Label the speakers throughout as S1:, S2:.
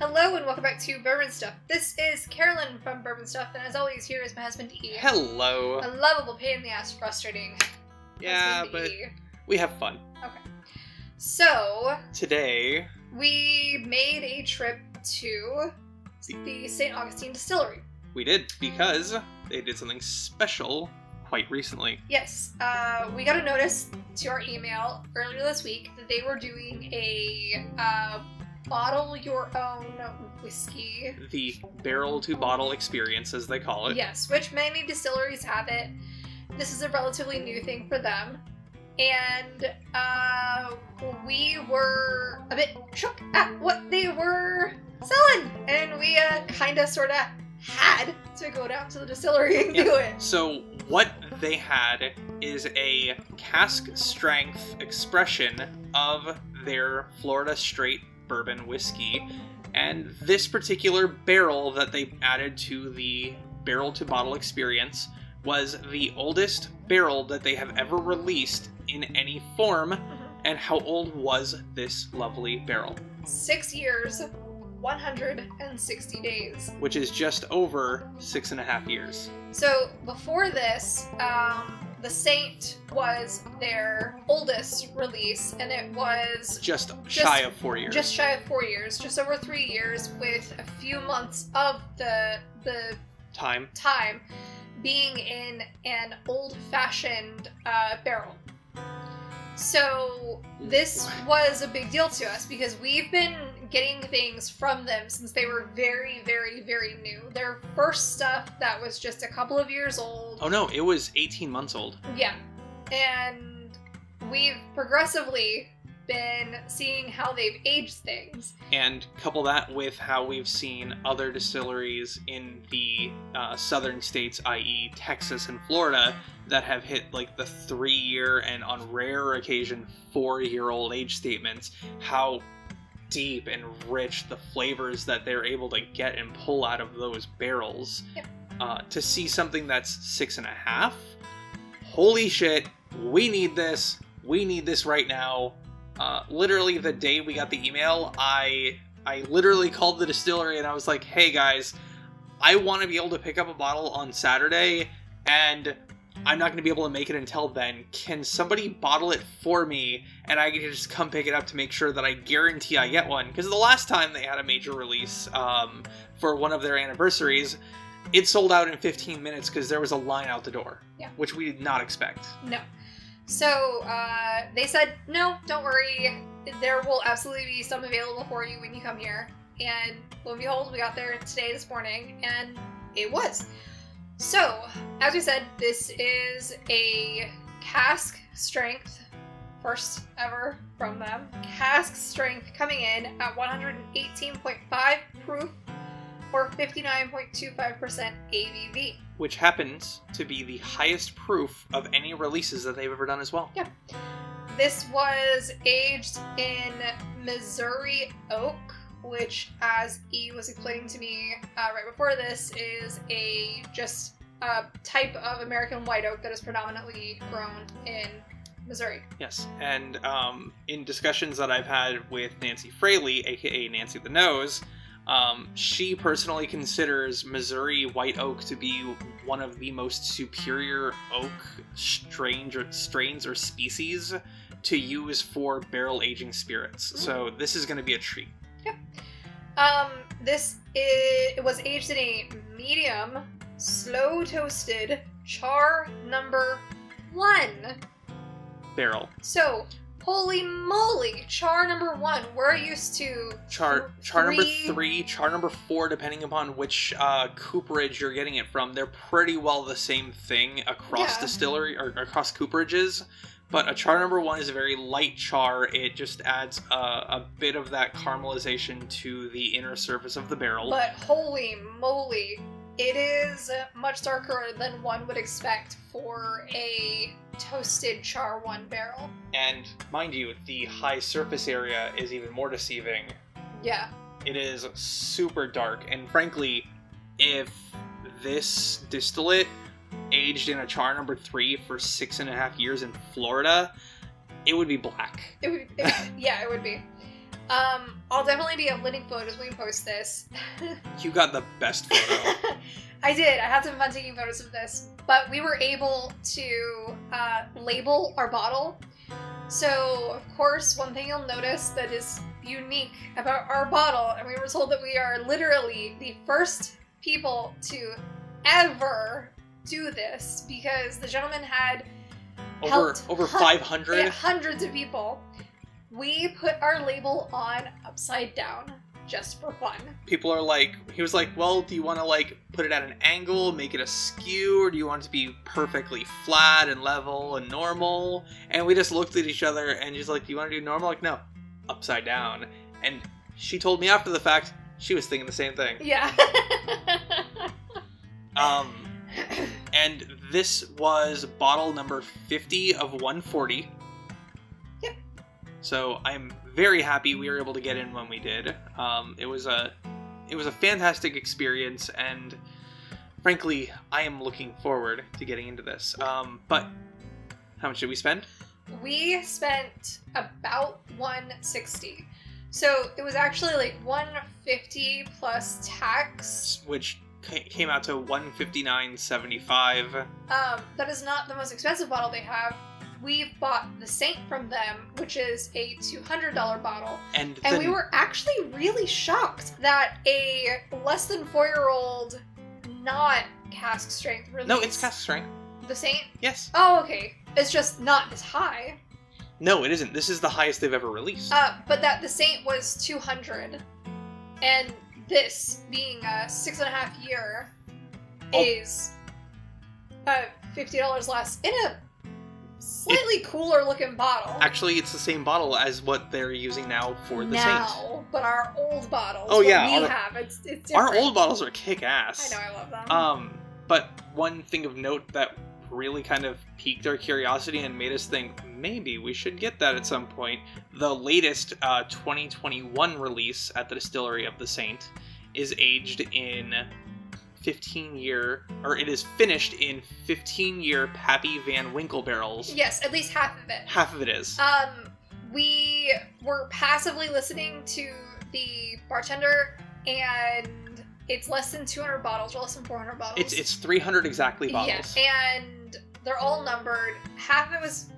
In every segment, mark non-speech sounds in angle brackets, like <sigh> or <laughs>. S1: Hello and welcome back to Bourbon Stuff. This is Carolyn from Bourbon Stuff, and as always, here is my husband E.
S2: Hello.
S1: A lovable pain in the ass, frustrating.
S2: Yeah,
S1: husband,
S2: but
S1: E.
S2: we have fun.
S1: So,
S2: Today,
S1: we made a trip to the St. Augustine Distillery.
S2: we did because they did something special quite recently.
S1: Yes, uh, we got a notice to our email earlier this week that they were doing a uh, bottle your own whiskey.
S2: The barrel to bottle experience, as they call it.
S1: Yes, which many distilleries have it. This is a relatively new thing for them. And uh, we were a bit shook at what they were selling. And we uh, kind of sort of had to go down to the distillery and
S2: Yeah.
S1: do it.
S2: So, what they had is a cask strength expression of their Florida straight bourbon whiskey. And this particular barrel that they added to the barrel to bottle experience was the oldest barrel that they have ever released in any form. And how old was this lovely barrel?
S1: Six years, 160 days.
S2: Which is just over six and a half years.
S1: So before this, um, the Saint was their oldest release, and it was
S2: Just shy of four years.
S1: just shy of four years, just over three years, with a few months of the the
S2: time.
S1: time being in an old-fashioned uh, barrel. So this was a big deal to us because we've been getting things from them since they were very, very, very new. Their first stuff that was just a couple of years old.
S2: Oh no, it was 18 months old.
S1: Yeah. And we've progressively been seeing how they've aged things.
S2: and couple that with how we've seen other distilleries in the uh, southern states, i.e., Texas and Florida, that have hit like the three year and on rare occasion four year old age statements, how deep and rich the flavors that they're able to get and pull out of those barrels.
S1: Yep.
S2: Uh, to see something that's six and a half, holy shit, we need this, we need this right now. Uh, literally the day we got the email, I I literally called the distillery and I was like, "Hey guys, I want to be able to pick up a bottle on Saturday, and I'm not going to be able to make it until then. Can somebody bottle it for me, and I can just come pick it up to make sure that I guarantee I get one? Because the last time they had a major release um, for one of their anniversaries, it sold out in 15 minutes because there was a line out the door,
S1: Yeah.
S2: which we did not expect.
S1: No. So uh, they said, no, don't worry. There will absolutely be some available for you when you come here. And lo and behold, we got there today, this morning, and it was. So, as we said, this is a cask strength, first ever from them. Cask strength coming in at 118.5 proof or 59.25% ABV.
S2: Which happens to be the highest proof of any releases that they've ever done as well.
S1: This was aged in Missouri oak, which, as E was explaining to me uh, right before this, is a just a type of American white oak that is predominantly grown in Missouri.
S2: Yes, and um, in discussions that I've had with Nancy Fraley, aka Nancy the Nose, um, she personally considers Missouri white oak to be one of the most superior oak strange or strains or species to use for barrel aging spirits. So this is going to be a treat.
S1: Um, this i- it was aged in a medium, slow toasted char number one.
S2: Barrel
S1: So, holy moly, char number one. We're used to
S2: char char
S1: Three.
S2: number three, char number four, depending upon which uh, cooperage you're getting it from, they're pretty well the same thing across
S1: Yeah.
S2: distillery or across cooperages. But a char number one is a very light char. It just adds a, a bit of that caramelization to the inner surface of the barrel.
S1: But holy moly, it is much darker than one would expect for a toasted char one barrel.
S2: and mind you, the high surface area is even more deceiving.
S1: Yeah.
S2: It is super dark, and frankly, if this distillate aged in a char number three for six and a half years in Florida, it would be black.
S1: It would, yeah, it would be. Um, I'll definitely be uploading photos when we post this.
S2: You got the best
S1: <laughs>
S2: photo.
S1: I did. I had some fun taking photos of this, but we were able to uh, label our bottle. So, of course, one thing you'll notice that is unique about our bottle, and we were told that we are literally the first people to ever do this because the gentleman had
S2: over
S1: Helped.
S2: over
S1: Hun-
S2: five hundred.
S1: yeah, hundreds of people. We put our label on upside down just for fun.
S2: People are like, he was like, well, do you want to like put it at an angle, make it askew, or do you want it to be perfectly flat and level and normal? And we just looked at each other and she's like, do you want to do normal? Like, no, upside down. And she told me after the fact she was thinking the same thing.
S1: Yeah. <laughs>
S2: Um, and this was bottle number 50 of 140.
S1: Yep.
S2: So I'm very happy we were able to get in when we did. Um, it was a it was a fantastic experience and frankly, I am looking forward to getting into this. Um, but how much did we spend?
S1: we spent about 160. So it was actually like 150 plus tax.
S2: Which ca- came out to 159.75.
S1: Um, that is not the most expensive bottle they have. We bought the Saint from them, which is a $200 bottle.
S2: And,
S1: And
S2: the-
S1: we were actually really shocked that a less than four year old, not cask strength release.
S2: No, it's cast strength.
S1: The Saint?
S2: Yes.
S1: Oh, okay. It's just not as high.
S2: No, it isn't. This is the highest they've ever released.
S1: Uh, but that the Saint was 200. And this, being a six and a half year,
S2: Oh.
S1: is uh, $50 less in a slightly cooler looking bottle.
S2: Actually, it's the same bottle as what they're using now for the
S1: now,
S2: Saint.
S1: but our old bottles.
S2: Oh,
S1: what
S2: yeah,
S1: we
S2: our-
S1: have it's, it's different.
S2: Our old bottles are kick
S1: I
S2: ass.
S1: know, I love them.
S2: Um, but one thing of note that really kind of piqued our curiosity and made us think maybe we should get that at some point. The latest uh, 2021 release at the distillery of the Saint is aged in 15 year, or it is finished in 15 year Pappy Van Winkle barrels.
S1: Yes, at least half of it.
S2: Half of it is.
S1: Um, we were passively listening to the bartender, and it's less than 200 bottles, or less than 400 bottles.
S2: it's it's 300 exactly bottles.
S1: Yeah, and they're all numbered. Half of it was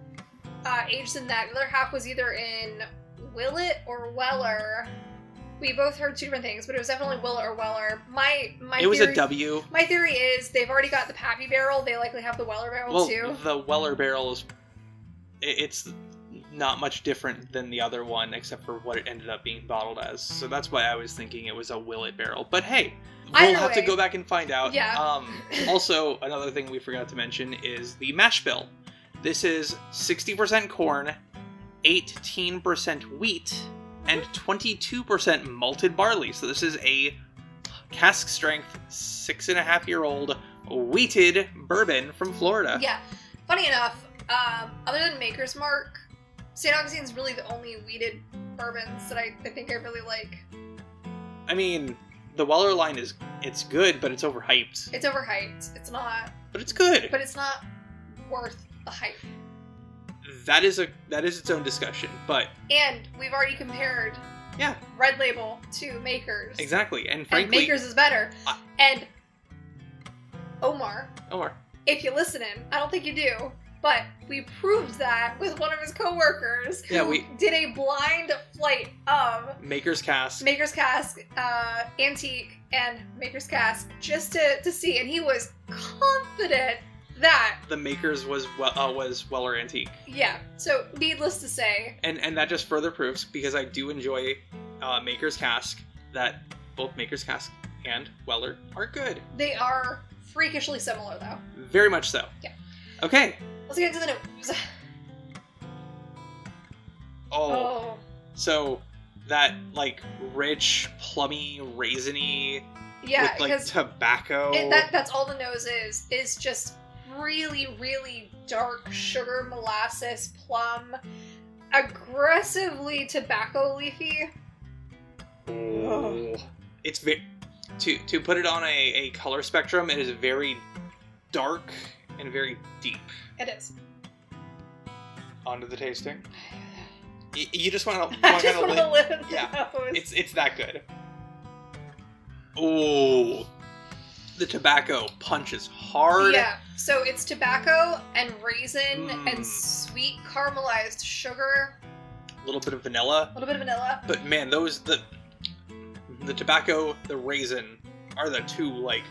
S1: uh, aged in that. The other half was either in Willett or Weller. We both heard two different things, but it was definitely Willett or Weller. My my
S2: it was
S1: theory,
S2: a W.
S1: My theory is they've already got the Pappy barrel. They likely have the Weller barrel
S2: well,
S1: too.
S2: the Weller barrel is i- it's not much different than the other one except for what it ended up being bottled as. So that's why I was thinking it was a Willet barrel. But hey, we'll
S1: Either
S2: have to
S1: way.
S2: go back and find out.
S1: Yeah. <laughs>
S2: Um, also, another thing we forgot to mention is the mash bill. This is 60% corn, 18% wheat, and 22% malted barley. So this is a cask strength six and a half year old wheated bourbon from Florida.
S1: Yeah. Funny enough, um, other than Maker's Mark, St. Augustine's really the only weeded bourbons that I, I think I really like.
S2: I mean, the Weller line is it's good, but it's overhyped.
S1: It's overhyped. It's not,
S2: But it's good.
S1: but it's not worth the hype.
S2: that is a that is its own discussion. But
S1: And we've already compared
S2: Yeah.
S1: Red Label to Maker's.
S2: exactly, and
S1: And
S2: frankly,
S1: Maker's is better.
S2: I-
S1: and Omar,
S2: Omar,
S1: if you listen in, I don't think you do, but we proved that with one of his coworkers
S2: Yeah,
S1: who
S2: we-
S1: did a blind flight of
S2: Maker's Cask.
S1: Maker's Cask, uh, Antique, and Maker's Cask just to, to see. And he was confident that,
S2: the Maker's was well, uh, was Weller Antique,
S1: yeah. So, needless to say,
S2: and and that just further proves because I do enjoy uh, Maker's Cask that both Maker's Cask and Weller are good,
S1: they are freakishly similar, though.
S2: very much so.
S1: Yeah.
S2: Okay.
S1: Let's get into the news.
S2: oh.
S1: Oh,
S2: so that like rich, plummy, raisiny
S1: yeah,
S2: with like
S1: because
S2: tobacco.
S1: that, that's all the nose is, is just really, really dark sugar, molasses, plum, aggressively tobacco leafy. Ugh.
S2: It's very to to put it on a, a color spectrum. It is very dark and very deep.
S1: It is.
S2: Onto the tasting. Y- you just want to
S1: <laughs> <laughs> I
S2: want
S1: just
S2: to
S1: want to
S2: live.
S1: live. <laughs>
S2: yeah,
S1: those.
S2: It's it's that good. Ooh, the tobacco punches hard.
S1: Yeah. So it's tobacco and raisin
S2: Mm.
S1: and sweet caramelized sugar,
S2: A little bit of
S1: a
S2: vanilla,
S1: little bit of vanilla.
S2: but man, those the the tobacco, the raisin are the two like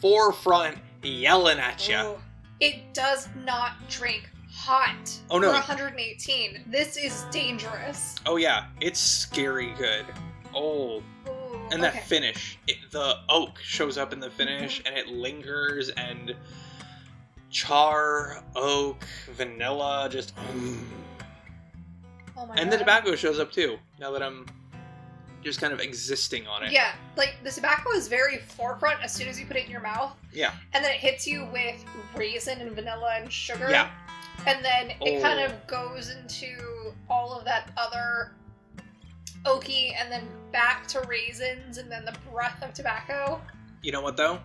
S2: forefront yelling at you.
S1: Ooh. It does not drink hot.
S2: Oh, no.
S1: For 118. This is dangerous.
S2: Oh yeah, it's scary good. Oh,
S1: Ooh,
S2: and
S1: okay. Mm-hmm.
S2: that finish, it, the oak shows up in the finish, and it lingers and char, oak, vanilla, just,
S1: oh my
S2: and the
S1: God.
S2: tobacco shows up too. Now that I'm just kind of existing on it.
S1: Yeah, like the tobacco is very forefront as soon as you put it in your mouth.
S2: Yeah.
S1: And then it hits you with raisin and vanilla and sugar.
S2: Yeah.
S1: And then it kind
S2: Oh.
S1: of goes into all of that other oaky and then back to raisins and then the breath of tobacco.
S2: You know what though?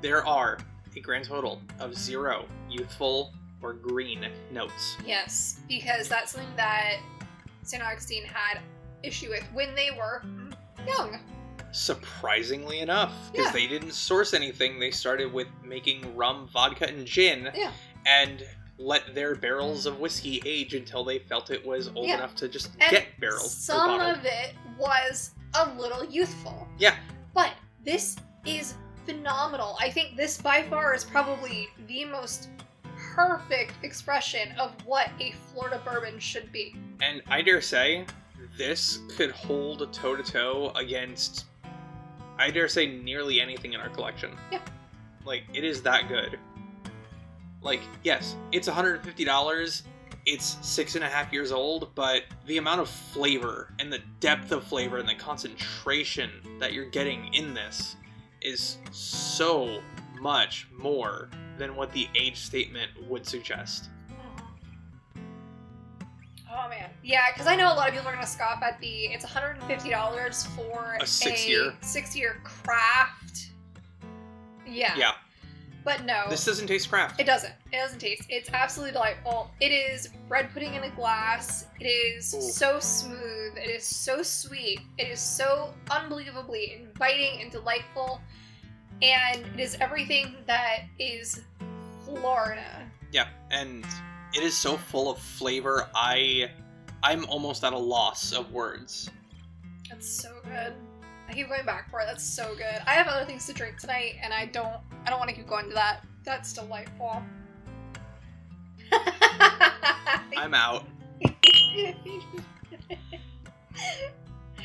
S2: There are a grand total of zero youthful or green notes.
S1: Yes, because that's something that St. Augustine had issue with when they were young.
S2: Surprisingly enough, because
S1: Yeah.
S2: they didn't source anything, they started with making rum, vodka, and gin,
S1: Yeah.
S2: and let their barrels of whiskey age until they felt it was old
S1: Yeah.
S2: enough to just
S1: And
S2: get barreled. or
S1: Some
S2: bottled.
S1: of it was a little youthful.
S2: Yeah.
S1: But this is phenomenal. I think this by far is probably the most perfect expression of what a Florida bourbon should be.
S2: And I dare say, this could hold toe to toe against, I dare say, nearly anything in our collection.
S1: Yeah.
S2: Like, it is that good. Like, yes, it's $150, it's six and a half years old, but the amount of flavor and the depth of flavor and the concentration that you're getting in this is so much more than what the age statement would suggest.
S1: Oh man. Yeah, because I know a lot of people are going to scoff at the it's $150 for
S2: A six-year.
S1: six year craft. Yeah.
S2: Yeah.
S1: But no.
S2: This doesn't taste craft.
S1: It doesn't. It doesn't taste. It's absolutely delightful. It is bread pudding in a glass. It is
S2: Ooh.
S1: so smooth. It is so sweet. It is so unbelievably inviting and delightful. And it is everything that is Florida.
S2: Yeah, and it is so full of flavor. I I'm almost at a loss of words.
S1: That's so good. I keep going back for it. That's so good. I have other things to drink tonight, and I don't. I don't want to keep going to that. That's
S2: <laughs>
S1: delightful. <laughs>
S2: I'm out.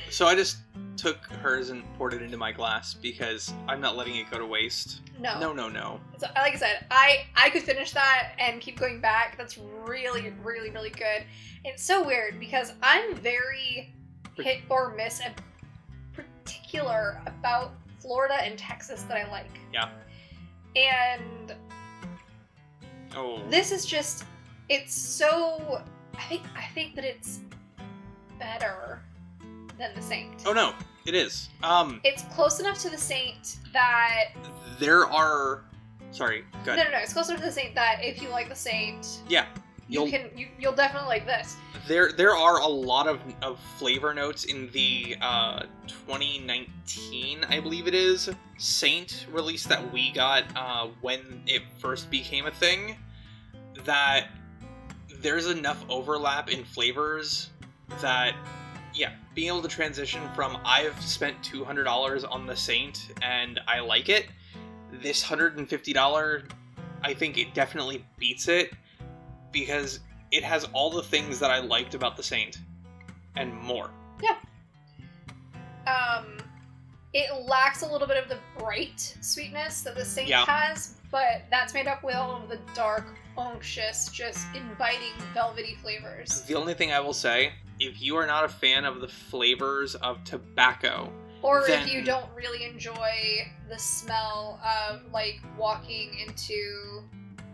S2: So I just took hers and poured it into my glass because I'm not letting it go to waste.
S1: Oh.
S2: No, no, no.
S1: So, like I said, I I could finish that and keep going back. That's really, really, really good. It's so weird because I'm very hit or miss and particular about Florida and Texas that I like.
S2: Yeah.
S1: And
S2: Oh.
S1: this is just it's so I think I think that it's better than the Saint.
S2: Oh no, it is. Um
S1: It's close enough to the Saint that
S2: there are sorry,
S1: no
S2: go ahead.
S1: no no, it's close enough to the Saint that if you like the Saint
S2: Yeah.
S1: You
S2: You'll-
S1: can you, you'll definitely like this.
S2: There there are a lot of, of flavor notes in the uh, 2019, I believe it is, Saint release that we got uh, when it first became a thing. That there's enough overlap in flavors that yeah, being able to transition from I've spent two hundred dollars on the Saint and I like it. This hundred and fifty dollar, I think it definitely beats it because it has all the things that I liked about the Saint and more.
S1: Um, it lacks a little bit of the bright sweetness that the Saint
S2: Yeah.
S1: has, but that's made up with all of the dark, unctuous, just inviting, velvety flavors.
S2: The only thing I will say, if you are not a fan of the flavors of tobacco,
S1: Or
S2: Then-
S1: if you don't really enjoy the smell of like walking into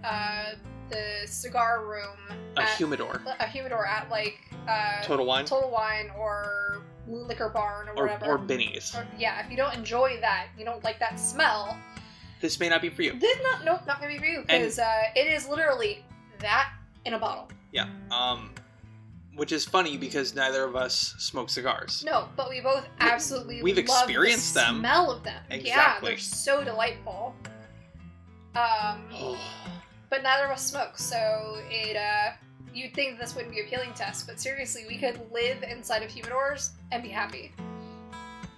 S1: uh, the cigar room,
S2: a
S1: at,
S2: humidor,
S1: a humidor at like uh,
S2: total wine,
S1: Total Wine or Liquor Barn or
S2: or,
S1: whatever.
S2: or Binnie's,
S1: Or- yeah, if you don't enjoy that, you don't like that smell,
S2: this may not be for you.
S1: then not, nope, not gonna be for you because uh, it is literally that in a bottle.
S2: Um, which is funny because neither of us smoke cigars.
S1: No, but we both absolutely
S2: we've
S1: love
S2: experienced
S1: the
S2: them.
S1: Smell of them. Yeah,
S2: Exactly.
S1: they're so delightful.
S2: Oh.
S1: Um, <gasps>
S2: <gasps> <sighs>
S1: but neither of us smoke, so it uh, you'd think this wouldn't be appealing to us, but seriously, we could live inside of humidors and be happy.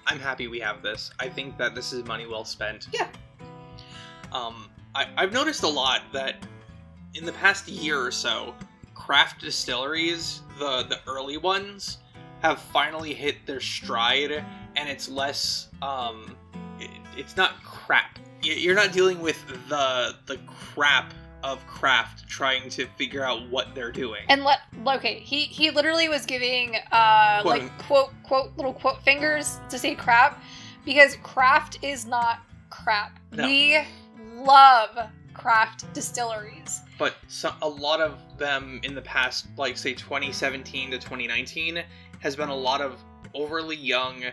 S2: I'm happy we have this. I think that this is money well spent.
S1: Yeah.
S2: Um, I, I've noticed a lot that in the past year or so, craft distilleries, the the early ones, have finally hit their stride, and it's less. Um, it, it's not crap. Y- You're not dealing with the the crap of craft trying to figure out what they're doing.
S1: And let okay, he he literally was giving uh
S2: Quote.
S1: like quote quote little quote fingers to say crap because craft is not crap.
S2: No.
S1: We love craft distilleries.
S2: but so, a lot of them in the past, like say 2017 to 2019, has been a lot of overly young,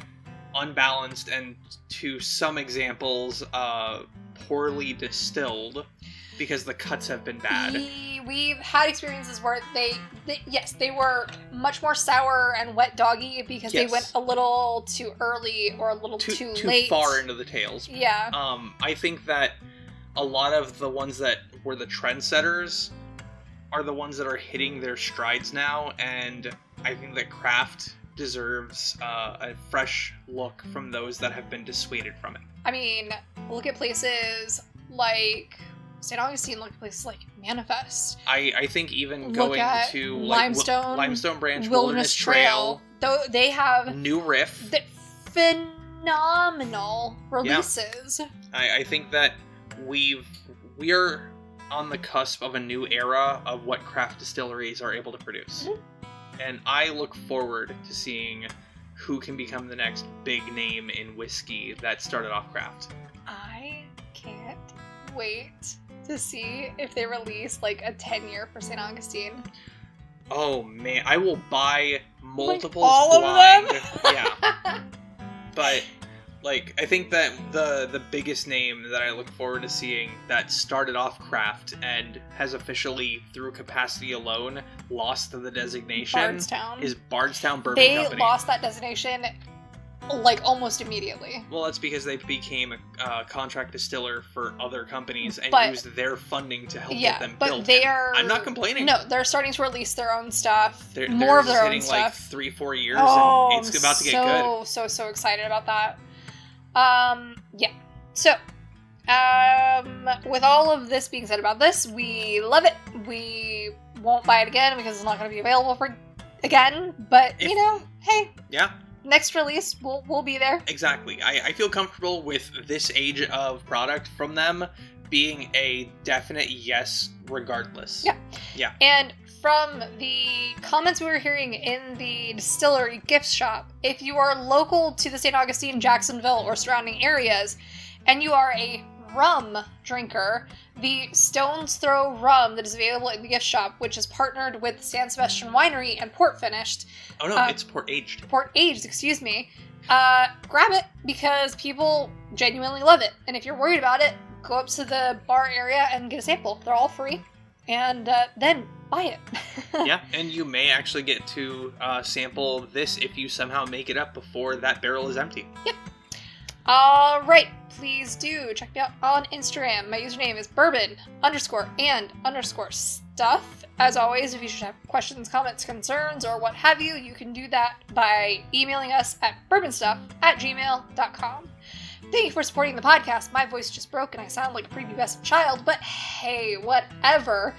S2: unbalanced, and to some examples, uh, poorly distilled because the cuts have been bad.
S1: We, we've had experiences where they, they yes, they were much more sour and wet doggy because they
S2: Yes.
S1: went a little too early or a little
S2: Too,
S1: too,
S2: too,
S1: late.
S2: far into the tails.
S1: yeah.
S2: Um, I think that a lot of the ones that were the trendsetters are the ones that are hitting their strides now, and I think that craft deserves uh, a fresh look from those that have been dissuaded from it.
S1: I mean, look at places like St. Augustine, look at places like Manifest,
S2: I, I think even
S1: Look
S2: going
S1: at
S2: to like,
S1: Limestone-
S2: Wil- Limestone Branch,
S1: Wilderness,
S2: Wilderness,
S1: Trail.
S2: Trail, Mm.
S1: Though they have
S2: New Riff.
S1: the phenomenal releases.
S2: I, I think that we've we're on the cusp of a new era of what craft distilleries are able to produce. And I look forward to seeing who can become the next big name in whiskey that started off craft.
S1: I can't wait to see if they release like a 10 year for St. Augustine.
S2: Oh man, I will buy multiple
S1: all of
S2: blind. <laughs> yeah. But like I think that the the biggest name that I look forward to seeing that started off craft and has officially through capacity alone lost the designation
S1: Bardstown.
S2: is Bardstown Bourbon
S1: they
S2: Company.
S1: lost that designation like almost immediately.
S2: well, that's because they became a uh, contract distiller for other companies and
S1: But-
S2: used their funding to help
S1: yeah,
S2: get them
S1: but
S2: built.
S1: they are.
S2: I'm not complaining.
S1: No, they're starting to release their own stuff,
S2: They're, they're
S1: more of
S2: just
S1: their own
S2: hitting like
S1: stuff.
S2: three, four years,
S1: oh,
S2: and it's about to get good.
S1: so, So so excited about that. Um, yeah. So, um, with all of this being said about this, we love it. We won't buy it again because it's not going to be available for again. But you
S2: If-
S1: know, hey,
S2: Yeah.
S1: Next release, we'll we'll be there.
S2: Exactly. I, I feel comfortable with this age of product from them being a definite yes, regardless.
S1: Yeah. And from the comments we were hearing in the distillery gift shop, if you are local to the St. Augustine, Jacksonville, or surrounding areas, and you are a rum drinker, the Stone's Throw rum that is available in the gift shop, which is partnered with San Sebastian Winery and Port Finished,
S2: Oh no,
S1: Uh,
S2: it's port aged.
S1: Port Aged, excuse me, uh, grab it because people genuinely love it. And if you're worried about it, go up to the bar area and get a sample. They're all free. And uh, then buy it. <laughs>
S2: yeah, and you may actually get to uh, sample this if you somehow make it up before that barrel is empty.
S1: All right, please do check me out on Instagram. My username is bourbon underscore and underscore stuff. As always, if you should have questions, comments, concerns, or what have you, you can do that by emailing us at bourbonstuff at gmail.com. Thank you for supporting the podcast. My voice just broke and I sound like a prepubescent child, but hey, whatever.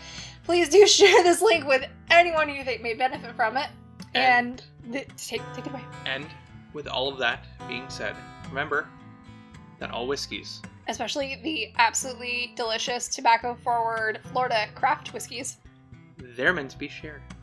S1: Please do <laughs> share this link with anyone you think may benefit from it. And, th- take, take it away.
S2: And with all of that being said, remember that all whiskeys
S1: especially the absolutely delicious tobacco forward Florida craft whiskeys.
S2: they're meant to be shared.